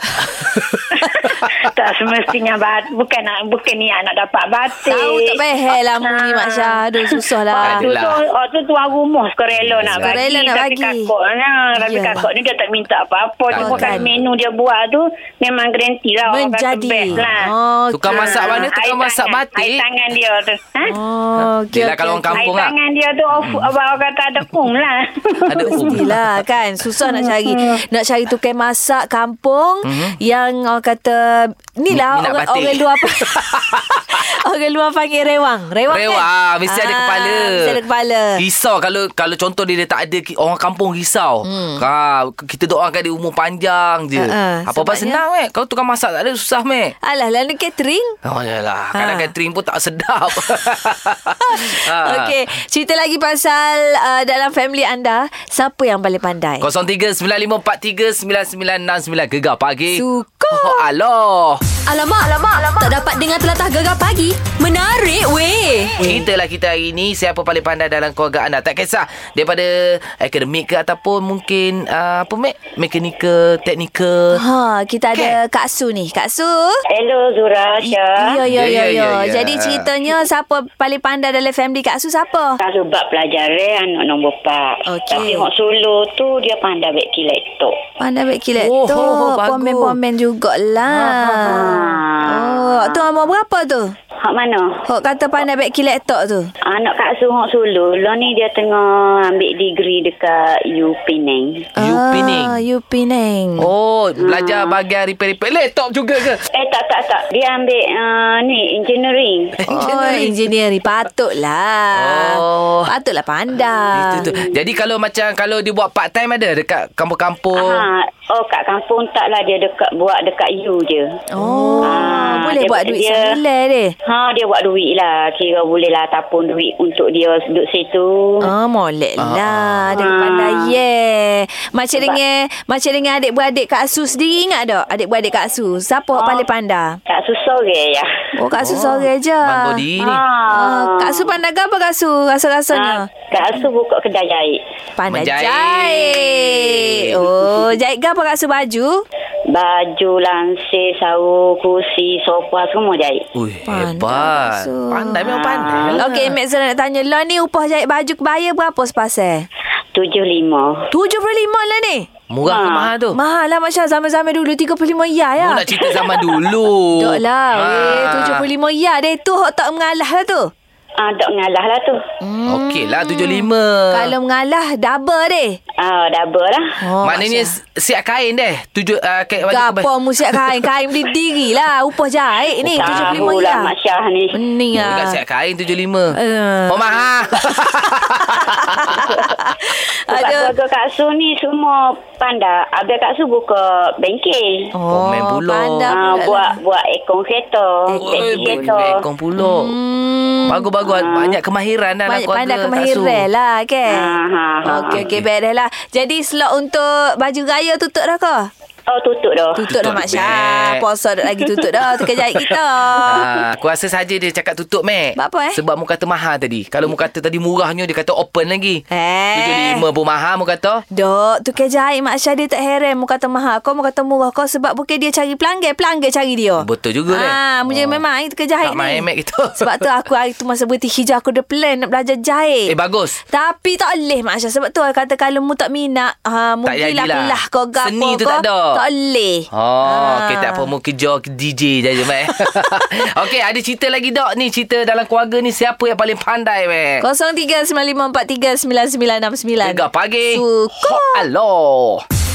Speaker 8: tak semestinya bat, bukan nak bukan ni nak dapat batik.
Speaker 2: Tahu tak payah lah mu ni Mak Syah. Aduh, susah lah.
Speaker 8: Ah, tu, tu, oh, tu tuan rumah suka rela nak
Speaker 2: Suka
Speaker 8: bagi.
Speaker 2: rela nak
Speaker 8: tapi
Speaker 2: bagi.
Speaker 8: kakak, nah, Ah, tapi
Speaker 2: Ya.
Speaker 8: kakak ni dia tak minta apa-apa.
Speaker 3: Tak
Speaker 8: Cuma
Speaker 3: makan.
Speaker 8: kalau menu dia buat tu, memang guarantee lah. orang kata
Speaker 2: Menjadi.
Speaker 8: best lah.
Speaker 2: Oh,
Speaker 3: Tukang
Speaker 2: okey.
Speaker 3: masak mana?
Speaker 8: Air
Speaker 3: Tukang masak
Speaker 8: tangan,
Speaker 3: batik?
Speaker 8: Air tangan dia tu. Ha?
Speaker 2: Oh, okey.
Speaker 3: Yelah,
Speaker 2: okey,
Speaker 3: kalau orang
Speaker 2: okey.
Speaker 3: kampung
Speaker 8: air
Speaker 3: lah.
Speaker 8: tangan dia tu, off,
Speaker 2: Hmm.
Speaker 8: orang kata ada pung lah.
Speaker 3: Ada lah. umur.
Speaker 2: Mestilah kan Susah nak cari Nak cari tukang masak Kampung Yang orang kata Ni lah
Speaker 3: Ni- ni nak
Speaker 2: orang,
Speaker 3: Mhm. batik.
Speaker 2: orang luar pa- Orang luar panggil rewang Rewang,
Speaker 3: Rewang
Speaker 2: kan?
Speaker 3: Mesti ada
Speaker 2: Ah,
Speaker 3: kepala
Speaker 2: Mesti ada kepala
Speaker 3: Risau kalau Kalau contoh dia, dia tak ada ki- Orang kampung risau hmm. ha, Kita doakan dia umur panjang je
Speaker 2: Ha, ha,
Speaker 3: Apa-apa
Speaker 2: sebabnya-
Speaker 3: senang Mek Kalau tukang masak tak ada Susah Mek
Speaker 2: Alah lah ni catering
Speaker 3: Oh yalah Kadang
Speaker 2: Ha.
Speaker 3: catering pun tak sedap ha.
Speaker 2: Okey Cerita lagi pasal uh, Dalam family anda Siapa yang paling pandai
Speaker 3: 0395439969 Gegar pagi
Speaker 2: Suka.
Speaker 3: oh, Aloh
Speaker 1: Alamak, alamak, alamak. Tak dapat dengar telatah gegar pagi. Menarik weh.
Speaker 3: Ceritalah kita hari ini Siapa paling pandai dalam keluarga anda Tak kisah Daripada akademik ke Ataupun mungkin uh, Apa Mek Mekanikal Teknikal
Speaker 2: Ha, kita ada Kak Su ni. Kak Su.
Speaker 8: Hello Zura, Syah.
Speaker 3: Ya,
Speaker 2: Ya, ya, ya,
Speaker 3: ya,
Speaker 2: ya.
Speaker 3: ya,
Speaker 2: Jadi
Speaker 3: ya.
Speaker 2: ceritanya siapa paling pandai dalam family Kak Su siapa?
Speaker 8: Tak sebab pelajaran anak nombor 4.
Speaker 2: Okey.
Speaker 8: Tapi Mak Solo tu dia pandai baik kilat tu.
Speaker 2: Pandai baik kilat
Speaker 3: Oh,
Speaker 2: tu.
Speaker 3: oh, oh, bagus. Ha,
Speaker 2: Pomen-pomen jugalah. Oh, tu umur berapa tu?
Speaker 8: Hak mana?
Speaker 2: Hok kata pandai baik kilat tok tu.
Speaker 8: Anak Kak Su Hok Sulu. Lo ni dia tengah ambil degree dekat U Penang.
Speaker 3: You Penang.
Speaker 2: Ah, you Penang.
Speaker 3: Oh, belajar bahagian repair-repair. Laptop juga ke?
Speaker 8: Eh tak tak tak. Dia ambil uh, ni engineering.
Speaker 2: Oh, engineering
Speaker 3: ah.
Speaker 2: patutlah.
Speaker 3: Oh.
Speaker 2: Patutlah pandai.
Speaker 3: Ah, Itu tu. Jadi kalau macam kalau dia buat part time ada dekat kampung-kampung.
Speaker 8: Ha, oh kat kampung tak lah dia dekat buat dekat U je.
Speaker 2: Oh,
Speaker 8: Ah,
Speaker 2: boleh
Speaker 8: dia-
Speaker 2: buat duit
Speaker 8: dia-
Speaker 2: sembilan deh.
Speaker 9: Ha, dia buat duit lah. Kira boleh lah tapun duit untuk dia duduk
Speaker 8: Oh.
Speaker 9: situ.
Speaker 2: Ah, molek lah. Dia
Speaker 9: Ah.
Speaker 2: pandai ye. Macam dengan macam dengan adik-beradik Kak Asu sendiri ingat tak? Adik-beradik Kak Asu. Siapa oh. paling pandai?
Speaker 9: Tak susah ke ya?
Speaker 2: Oh, Kak Asu oh. seorang je.
Speaker 3: Bangga diri
Speaker 8: Ha.
Speaker 3: ni.
Speaker 2: Ah, Kak Su pandai ke apa Kak Su?
Speaker 9: Ah,
Speaker 2: Rasa-rasanya.
Speaker 9: Kak Su buka kedai jahit.
Speaker 2: Pandai
Speaker 3: Menjahit.
Speaker 2: jahit. Oh, jahit ke apa Kak Su baju?
Speaker 9: Baju, langsir, sarung, kursi, sofa semua jahit.
Speaker 3: Ui,
Speaker 2: Pandai,
Speaker 3: hebat.
Speaker 2: Rasul.
Speaker 3: Pandai memang pandai. lah.
Speaker 2: Okey, Mek Zara nak tanya. Lah ni upah jahit baju kebaya berapa sepasang?
Speaker 9: Tujuh lima.
Speaker 2: RM75 lah ni.
Speaker 3: Murah ke
Speaker 9: Ah.
Speaker 3: mahal tu?
Speaker 2: Mahal lah Masya zaman-zaman dulu RM35 ya ya.
Speaker 3: Mu Oh, nak cerita zaman dulu.
Speaker 2: Dok lah.
Speaker 3: Ah.
Speaker 2: Ha. Weh, 75 ya deh tu hok tak mengalah lah tu.
Speaker 9: Ah, tak ngalah lah tu.
Speaker 3: Okey lah, 75.
Speaker 2: Kalau mengalah double deh.
Speaker 9: Ah, double lah.
Speaker 2: Oh,
Speaker 3: Maknanya
Speaker 2: Masya.
Speaker 3: siap kain deh. Tujuh uh, kain
Speaker 2: Gapo musiak kain Kain beli diri lah Upah jahit ni RM75
Speaker 9: Tahu
Speaker 2: ya
Speaker 9: lah Mak Syah ni.
Speaker 2: Pening
Speaker 3: Ya. Nak
Speaker 2: lah
Speaker 3: siap kain 75.
Speaker 2: Eh.
Speaker 3: Uh. Oh mahal.
Speaker 9: Sebab
Speaker 2: Ada
Speaker 9: keluarga Kak Su ni semua pandai. Habis Kak Su buka bengkel.
Speaker 3: Oh, main pulak.
Speaker 9: Ah,
Speaker 2: pandai pulak lah.
Speaker 9: buat buat ekong kereta,
Speaker 3: Oi,
Speaker 9: bengkel kereta.
Speaker 3: Bekong pulak.
Speaker 2: Hmm.
Speaker 3: Bagus-bagus. Banyak kemahiran lah.
Speaker 2: Banyak
Speaker 3: keluarga
Speaker 2: pandai
Speaker 3: Kak Su.
Speaker 2: kemahiran lah kan
Speaker 9: Ah, ha, ha.
Speaker 2: Okey okey baik dah lah Jadi slot untuk baju raya tutup dah ke?
Speaker 9: Oh, tutup dah.
Speaker 2: Tutup dah
Speaker 3: Ah, Tutup
Speaker 2: Mak
Speaker 3: dah,
Speaker 2: Syah
Speaker 3: Mek.
Speaker 2: Puasa dah lagi tutup dah Tukar jahit kita
Speaker 3: Ah, aku rasa saja dia cakap tutup, Mac.
Speaker 2: Sebab apa, eh? Ya.
Speaker 3: Sebab mu kata mahal tadi. Kalau mu kata tadi murahnya, dia kata open lagi.
Speaker 2: Eh
Speaker 3: 75 pun mahal, mu kata.
Speaker 2: Dok, tukar jahit Mak Syah dia tak heran Mu kata mahal kau, mu kata murah kau Sebab bukan dia cari pelanggan, pelanggan cari
Speaker 3: Oh,
Speaker 2: dia
Speaker 3: Betul juga, Mek.
Speaker 2: Oh. Ah, Mu jangan memang tukar jahit
Speaker 3: Tak
Speaker 2: ni
Speaker 3: main, Mek, kita.
Speaker 2: Sebab tu aku hari tu masa berhenti hijau Aku ada plan nak belajar
Speaker 3: Eh,
Speaker 2: jahit
Speaker 3: bagus.
Speaker 2: Tapi tak boleh Mak Aisyah Sebab tu aku kata Kalau mu tak minat ha, Mungkin lah
Speaker 3: jadilah.
Speaker 2: kulah kau gapo
Speaker 3: Seni tu
Speaker 2: kau,
Speaker 3: tak ada.
Speaker 2: Tak boleh
Speaker 3: Oh,
Speaker 2: Ah.
Speaker 3: ha. okay, tak apa. Mu kerja DJ je, je Mek. okay, ada cerita lagi, Dok. Ni, cerita dalam keluarga ni, siapa yang paling pandai, Mek? Gegar
Speaker 2: 0395439969
Speaker 3: pagi.
Speaker 2: lah Suka
Speaker 3: Hot Alo.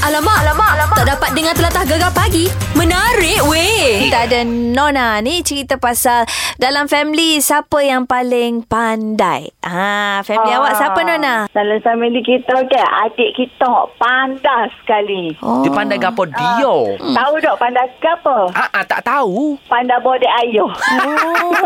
Speaker 10: Alamak, alamak, alamak. Tak dapat dengar telatah gegar pagi. Menarik weh.
Speaker 2: Kita ada Nona ni cerita pasal dalam family siapa yang paling pandai. Ha, family awak siapa Nona?
Speaker 11: Dalam family kita kan adik kita pandai sekali.
Speaker 3: Oh.
Speaker 2: Ah.
Speaker 3: Dia pandai gapo dia.
Speaker 11: Hmm. Tahu tak pandai ke apa?
Speaker 3: Ah, ah, tak tahu.
Speaker 11: Pandai bodek ayuh.
Speaker 2: Oh,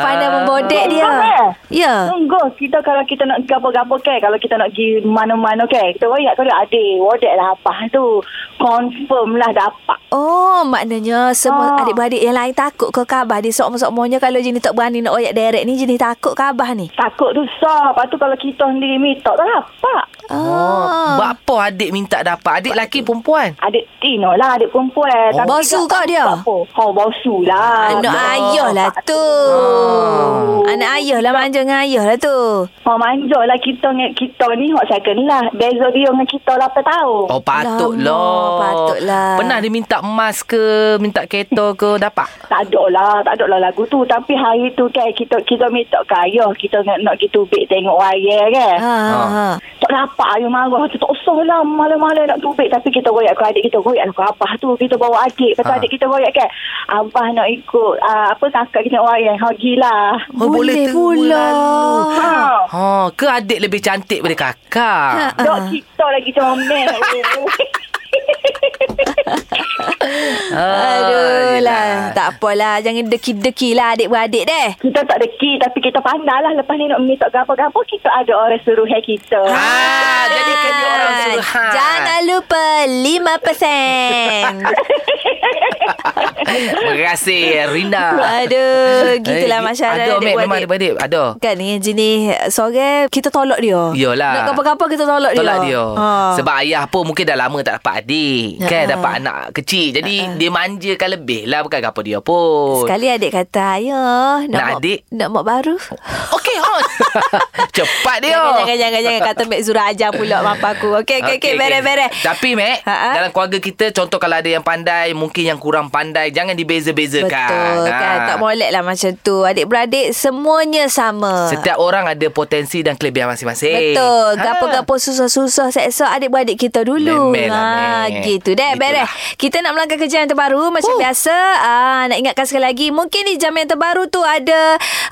Speaker 2: pandai membodek dia.
Speaker 11: Pandai.
Speaker 2: Ya.
Speaker 11: Sungguh kita kalau kita nak gapo-gapo kan, kalau kita nak pergi mana-mana kan, kita ingat kalau adik bodek lah apa tu. Confirm lah dapat.
Speaker 2: Oh, maknanya semua
Speaker 11: Ah.
Speaker 2: adik-beradik yang lain takut ke khabar dia sok-sokmonya kalau jenis tak berani nak oyak direct ni jenis takut khabar ni.
Speaker 11: Takut tu sah. Lepas tu kalau kita sendiri minta tak lah, dapat.
Speaker 3: Oh.
Speaker 2: Ah.
Speaker 3: Buat apa adik minta dapat? Adik lelaki perempuan?
Speaker 11: Adik Tino lah, adik perempuan.
Speaker 2: Oh, bosu kau
Speaker 11: tak-
Speaker 2: dia?
Speaker 11: tak apa. Ha, bosu lah.
Speaker 2: Anak
Speaker 11: Ya,
Speaker 2: ayah lah
Speaker 11: tak
Speaker 2: tu.
Speaker 3: Ah.
Speaker 2: Anak ayah lah manja dengan ayah lah tu.
Speaker 11: Ha, manja lah kita dengan kita ni hak second lah. Beza dia dengan kita lah, 8 tahun.
Speaker 3: Oh patutlah.
Speaker 2: Lama, patutlah.
Speaker 3: Pernah dia minta emas ke, minta kereta ke dapat?
Speaker 11: Tak ada lah, tak ada lah lagu tu. Tapi hari tu kan kita kita minta ke ayah. Kita nak, nak pergi tubik tengok wayar kan.
Speaker 2: Ha, ha,
Speaker 3: Ah.
Speaker 2: ha.
Speaker 11: Tak dapat ayah marah tu. Tak usah lah malam-malam nak tubik. Tapi kita royak ke adik kita. Royak lah ke abah tu. Kita bawa adik. Lepas tu
Speaker 3: Ha.
Speaker 8: Ah.
Speaker 11: adik kita royak kan. Abah nak ikut uh, apa kakak kita tengok wayar. Ha, gila.
Speaker 3: Oh, boleh
Speaker 2: pula.
Speaker 11: Ha.
Speaker 3: Ha, ke adik lebih cantik daripada kakak?
Speaker 11: Ha. Dok kita lagi comel.
Speaker 2: Aduh
Speaker 3: Ah, yelah.
Speaker 2: lah. Tak apalah. Jangan deki-deki lah adik-beradik deh.
Speaker 11: kita tak deki tapi kita pandai lah. Lepas ni nak minta gapo-gapo kita ada orang suruh hai kita.
Speaker 3: Ah, jadi kena orang suruh. Ha.
Speaker 2: Jangan lupa 5%.
Speaker 3: Terima kasih Rina.
Speaker 2: Aduh, gitulah masyarakat
Speaker 3: Ada Eh, Mek, memang adik-adik. Ada.
Speaker 2: Kan ni jenis eh, sore kita tolak dia.
Speaker 3: Yalah.
Speaker 2: Nak apa-apa kita tolak dia.
Speaker 3: Tolak dia.
Speaker 2: Ha.
Speaker 3: Sebab ayah pun mungkin dah lama tak dapat adik. Kan
Speaker 2: Ha.
Speaker 3: dapat anak kecil. Jadi dia manjakan lebih lah bukan apa dia pun.
Speaker 2: Sekali adik kata, ayah
Speaker 3: Nak
Speaker 2: mak-
Speaker 3: adik?
Speaker 2: Nak mak baru.
Speaker 3: Okey, hon. Cepat dia.
Speaker 2: Jangan, jangan, jangan, jangan kata Mek Zura ajar pula mampa aku. Okey, okey, okey, beres, beres.
Speaker 3: Tapi Mac
Speaker 2: Ha, ha.
Speaker 3: Dalam keluarga kita Contoh kalau ada yang pandai Mungkin yang kurang pandai Jangan dibeza-bezakan
Speaker 2: Betul kan
Speaker 3: Ha.
Speaker 2: Tak boleh lah macam tu Adik-beradik Semuanya sama
Speaker 3: Setiap orang ada potensi Dan kelebihan masing-masing Ha.
Speaker 2: Betul Gapo-gapo susah-susah Seksa adik-beradik kita dulu Ha,
Speaker 3: Memel lah, Mek.
Speaker 2: Gitu
Speaker 3: Gitulah.
Speaker 2: Dek beres Kita nak melangkah kerja yang terbaru Macam biasa ah, Nak ingatkan sekali lagi Mungkin di jam yang terbaru tu Ada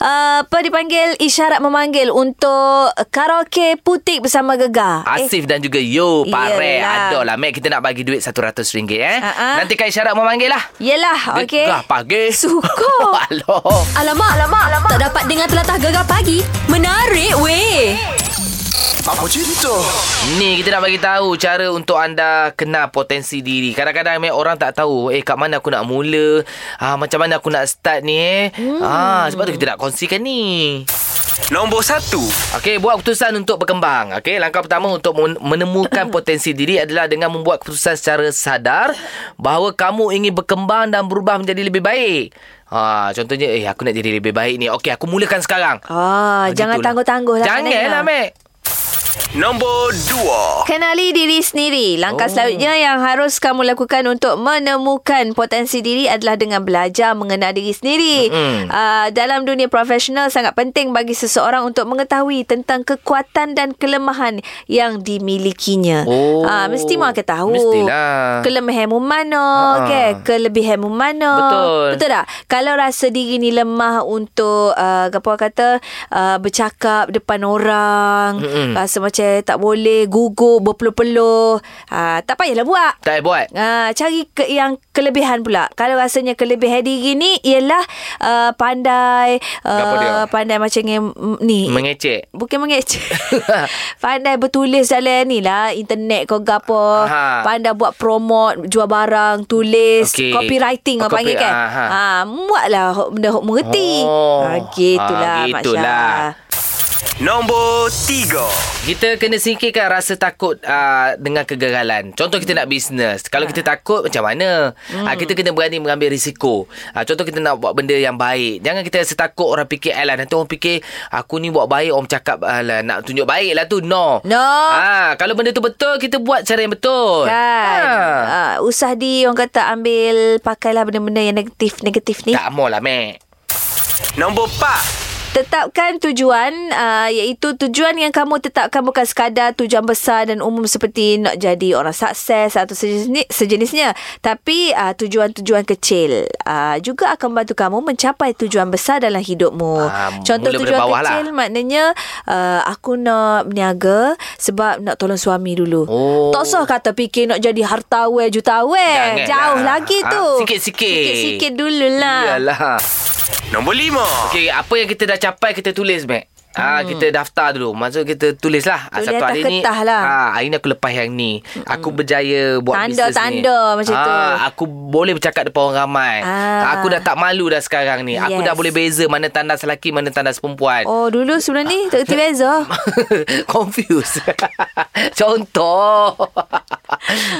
Speaker 2: ah, Apa dipanggil Isyarat memanggil Untuk Karaoke Putik bersama Gegar Eh,
Speaker 3: Asif dan juga Yo Pare
Speaker 2: Yelah.
Speaker 3: Ada lah Mac Kita nak bagi duit RM100 eh
Speaker 2: Ha, ha.
Speaker 3: Nanti Kak Isyarat memanggil lah lah.
Speaker 2: Yelah, Ha, okey.
Speaker 3: Gegah pagi.
Speaker 2: Sukor.
Speaker 3: Alah.
Speaker 1: Alamak, alamak, alamak. Tak dapat dengar telatah gegar pagi. Menarik weh.
Speaker 12: Apa cerita?
Speaker 3: Ni kita nak bagi tahu cara untuk anda kenal potensi diri. Kadang-kadang memang orang tak tahu, eh kat mana aku nak mula, ah macam mana aku nak start ni eh. Hmm. Ah sebab tu kita nak kongsikan ni.
Speaker 12: Nombor satu.
Speaker 3: Okey, buat keputusan untuk berkembang. Okey, langkah pertama untuk men- menemukan potensi diri adalah dengan membuat keputusan secara sadar bahawa kamu ingin berkembang dan berubah menjadi lebih baik. Ha, contohnya eh aku nak jadi lebih baik ni. Okey, aku mulakan sekarang.
Speaker 2: Ah, jangan tangguh-tangguh lah
Speaker 3: Janganlah,
Speaker 2: sebenarnya.
Speaker 3: Mek.
Speaker 12: Nombor dua.
Speaker 2: Kenali diri sendiri. Langkah oh. selanjutnya yang harus kamu lakukan untuk menemukan potensi diri adalah dengan belajar mengenal diri sendiri. Mm-hmm. Uh, dalam dunia profesional sangat penting bagi seseorang untuk mengetahui tentang kekuatan dan kelemahan yang dimilikinya.
Speaker 3: Oh.
Speaker 2: Uh, mesti mereka tahu.
Speaker 3: Mestilah.
Speaker 2: Kelemahanmu mana,
Speaker 3: Ha.
Speaker 2: uh Kelebihanmu mana.
Speaker 3: Betul.
Speaker 2: Ah, Betul tak? Kalau rasa diri ni lemah untuk uh, apa orang kata uh, bercakap depan orang, mm rasa macam tak boleh, gugup, berpeluh-peluh, uh, tak payahlah buat.
Speaker 3: Tak payah buat.
Speaker 2: Uh, cari ke yang kelebihan pula. Kalau rasanya kelebihan diri ni ialah uh, pandai
Speaker 3: Apa dia?
Speaker 2: uh, pandai macam ngem- ni
Speaker 3: Mengecek.
Speaker 2: Bukan mengecek Pandai bertulis dalam ni lah Internet kau gapo
Speaker 3: Aha.
Speaker 2: Pandai buat promote Jual barang Tulis
Speaker 3: Okey.
Speaker 2: okay. Copywriting
Speaker 3: Oh,
Speaker 2: orang panggil
Speaker 3: copy-
Speaker 2: kan
Speaker 3: aha.
Speaker 2: ha, Buatlah hok- benda hok mengerti
Speaker 3: Oh.
Speaker 2: ha, Gitulah
Speaker 3: Ah,
Speaker 2: ha,
Speaker 3: gitulah.
Speaker 12: Nombor tiga.
Speaker 3: Kita kena singkirkan rasa takut uh, dengan kegagalan. Contoh kita nak bisnes. Kalau kita takut macam mana? Ya. Hmm. Uh, kita kena berani mengambil risiko. Uh, contoh kita nak buat benda yang baik. Jangan kita rasa takut orang fikir alah nanti orang fikir aku ni buat baik orang cakap alah nak tunjuk baik lah tu. No.
Speaker 2: No.
Speaker 3: Ah, kalau benda tu betul kita buat cara yang betul.
Speaker 2: Kan
Speaker 3: Ah.
Speaker 2: ha. Usah di orang kata ambil Pakailah benda-benda yang negatif-negatif ni
Speaker 3: Tak mahu lah, Mek.
Speaker 12: Nombor empat.
Speaker 2: Tetapkan tujuan uh, iaitu tujuan yang kamu tetapkan bukan sekadar tujuan besar dan umum seperti nak jadi orang sukses atau sejenis, sejenisnya tapi uh, tujuan-tujuan kecil uh, juga akan membantu kamu mencapai tujuan besar dalam hidupmu.
Speaker 3: Ah, mula
Speaker 2: Contoh tujuan
Speaker 3: daripada bawah
Speaker 2: kecil maknanya uh, aku nak berniaga sebab nak tolong suami dulu.
Speaker 3: Oh.
Speaker 2: Tak usah kata fikir nak jadi hartawan jutawan.
Speaker 3: Janganlah.
Speaker 2: Jauh lagi
Speaker 3: Ah,
Speaker 2: tu.
Speaker 3: sikit-sikit.
Speaker 2: Sikit-sikit dululah.
Speaker 3: Yalah.
Speaker 12: Nombor lima.
Speaker 3: Ah. Okey, apa yang kita dah capai kita tulis, Mac. Ah, hmm. kita daftar dulu. Maksud kita tulislah. Ah,
Speaker 2: Tulis
Speaker 3: satu
Speaker 2: atas
Speaker 3: hari ni.
Speaker 2: kertas lah. Hmm.
Speaker 3: Ah, hari ni aku lepas yang ni. Aku berjaya buat bisnes
Speaker 2: Tanda-
Speaker 3: ni. Ah,
Speaker 2: tanda macam tu.
Speaker 3: Aku boleh bercakap depan orang ramai.
Speaker 2: Ah.
Speaker 3: Aku dah tak malu dah sekarang ni. Aku
Speaker 2: Yes.
Speaker 3: dah boleh beza mana tandas lelaki, mana tandas perempuan.
Speaker 2: Oh dulu sebelum ni tak kerti beza.
Speaker 3: Confuse. Contoh.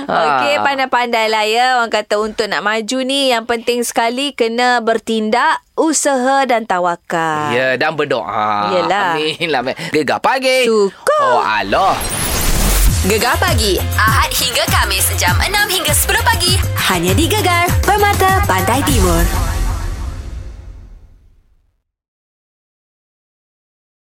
Speaker 3: Ah.
Speaker 2: Okey, pandai-pandai lah ya. Orang kata untuk nak maju ni yang penting sekali kena bertindak, usaha dan tawakal.
Speaker 3: Ya, dan berdoa.
Speaker 2: Yelah.
Speaker 3: Amin lah. Mac. Gegar pagi.
Speaker 2: Syukur.
Speaker 3: Oh, Allah.
Speaker 1: Gegar pagi Ahad hingga Kamis jam 6 hingga 10 pagi.
Speaker 5: Hanya di Gegar Permata Pantai Timur.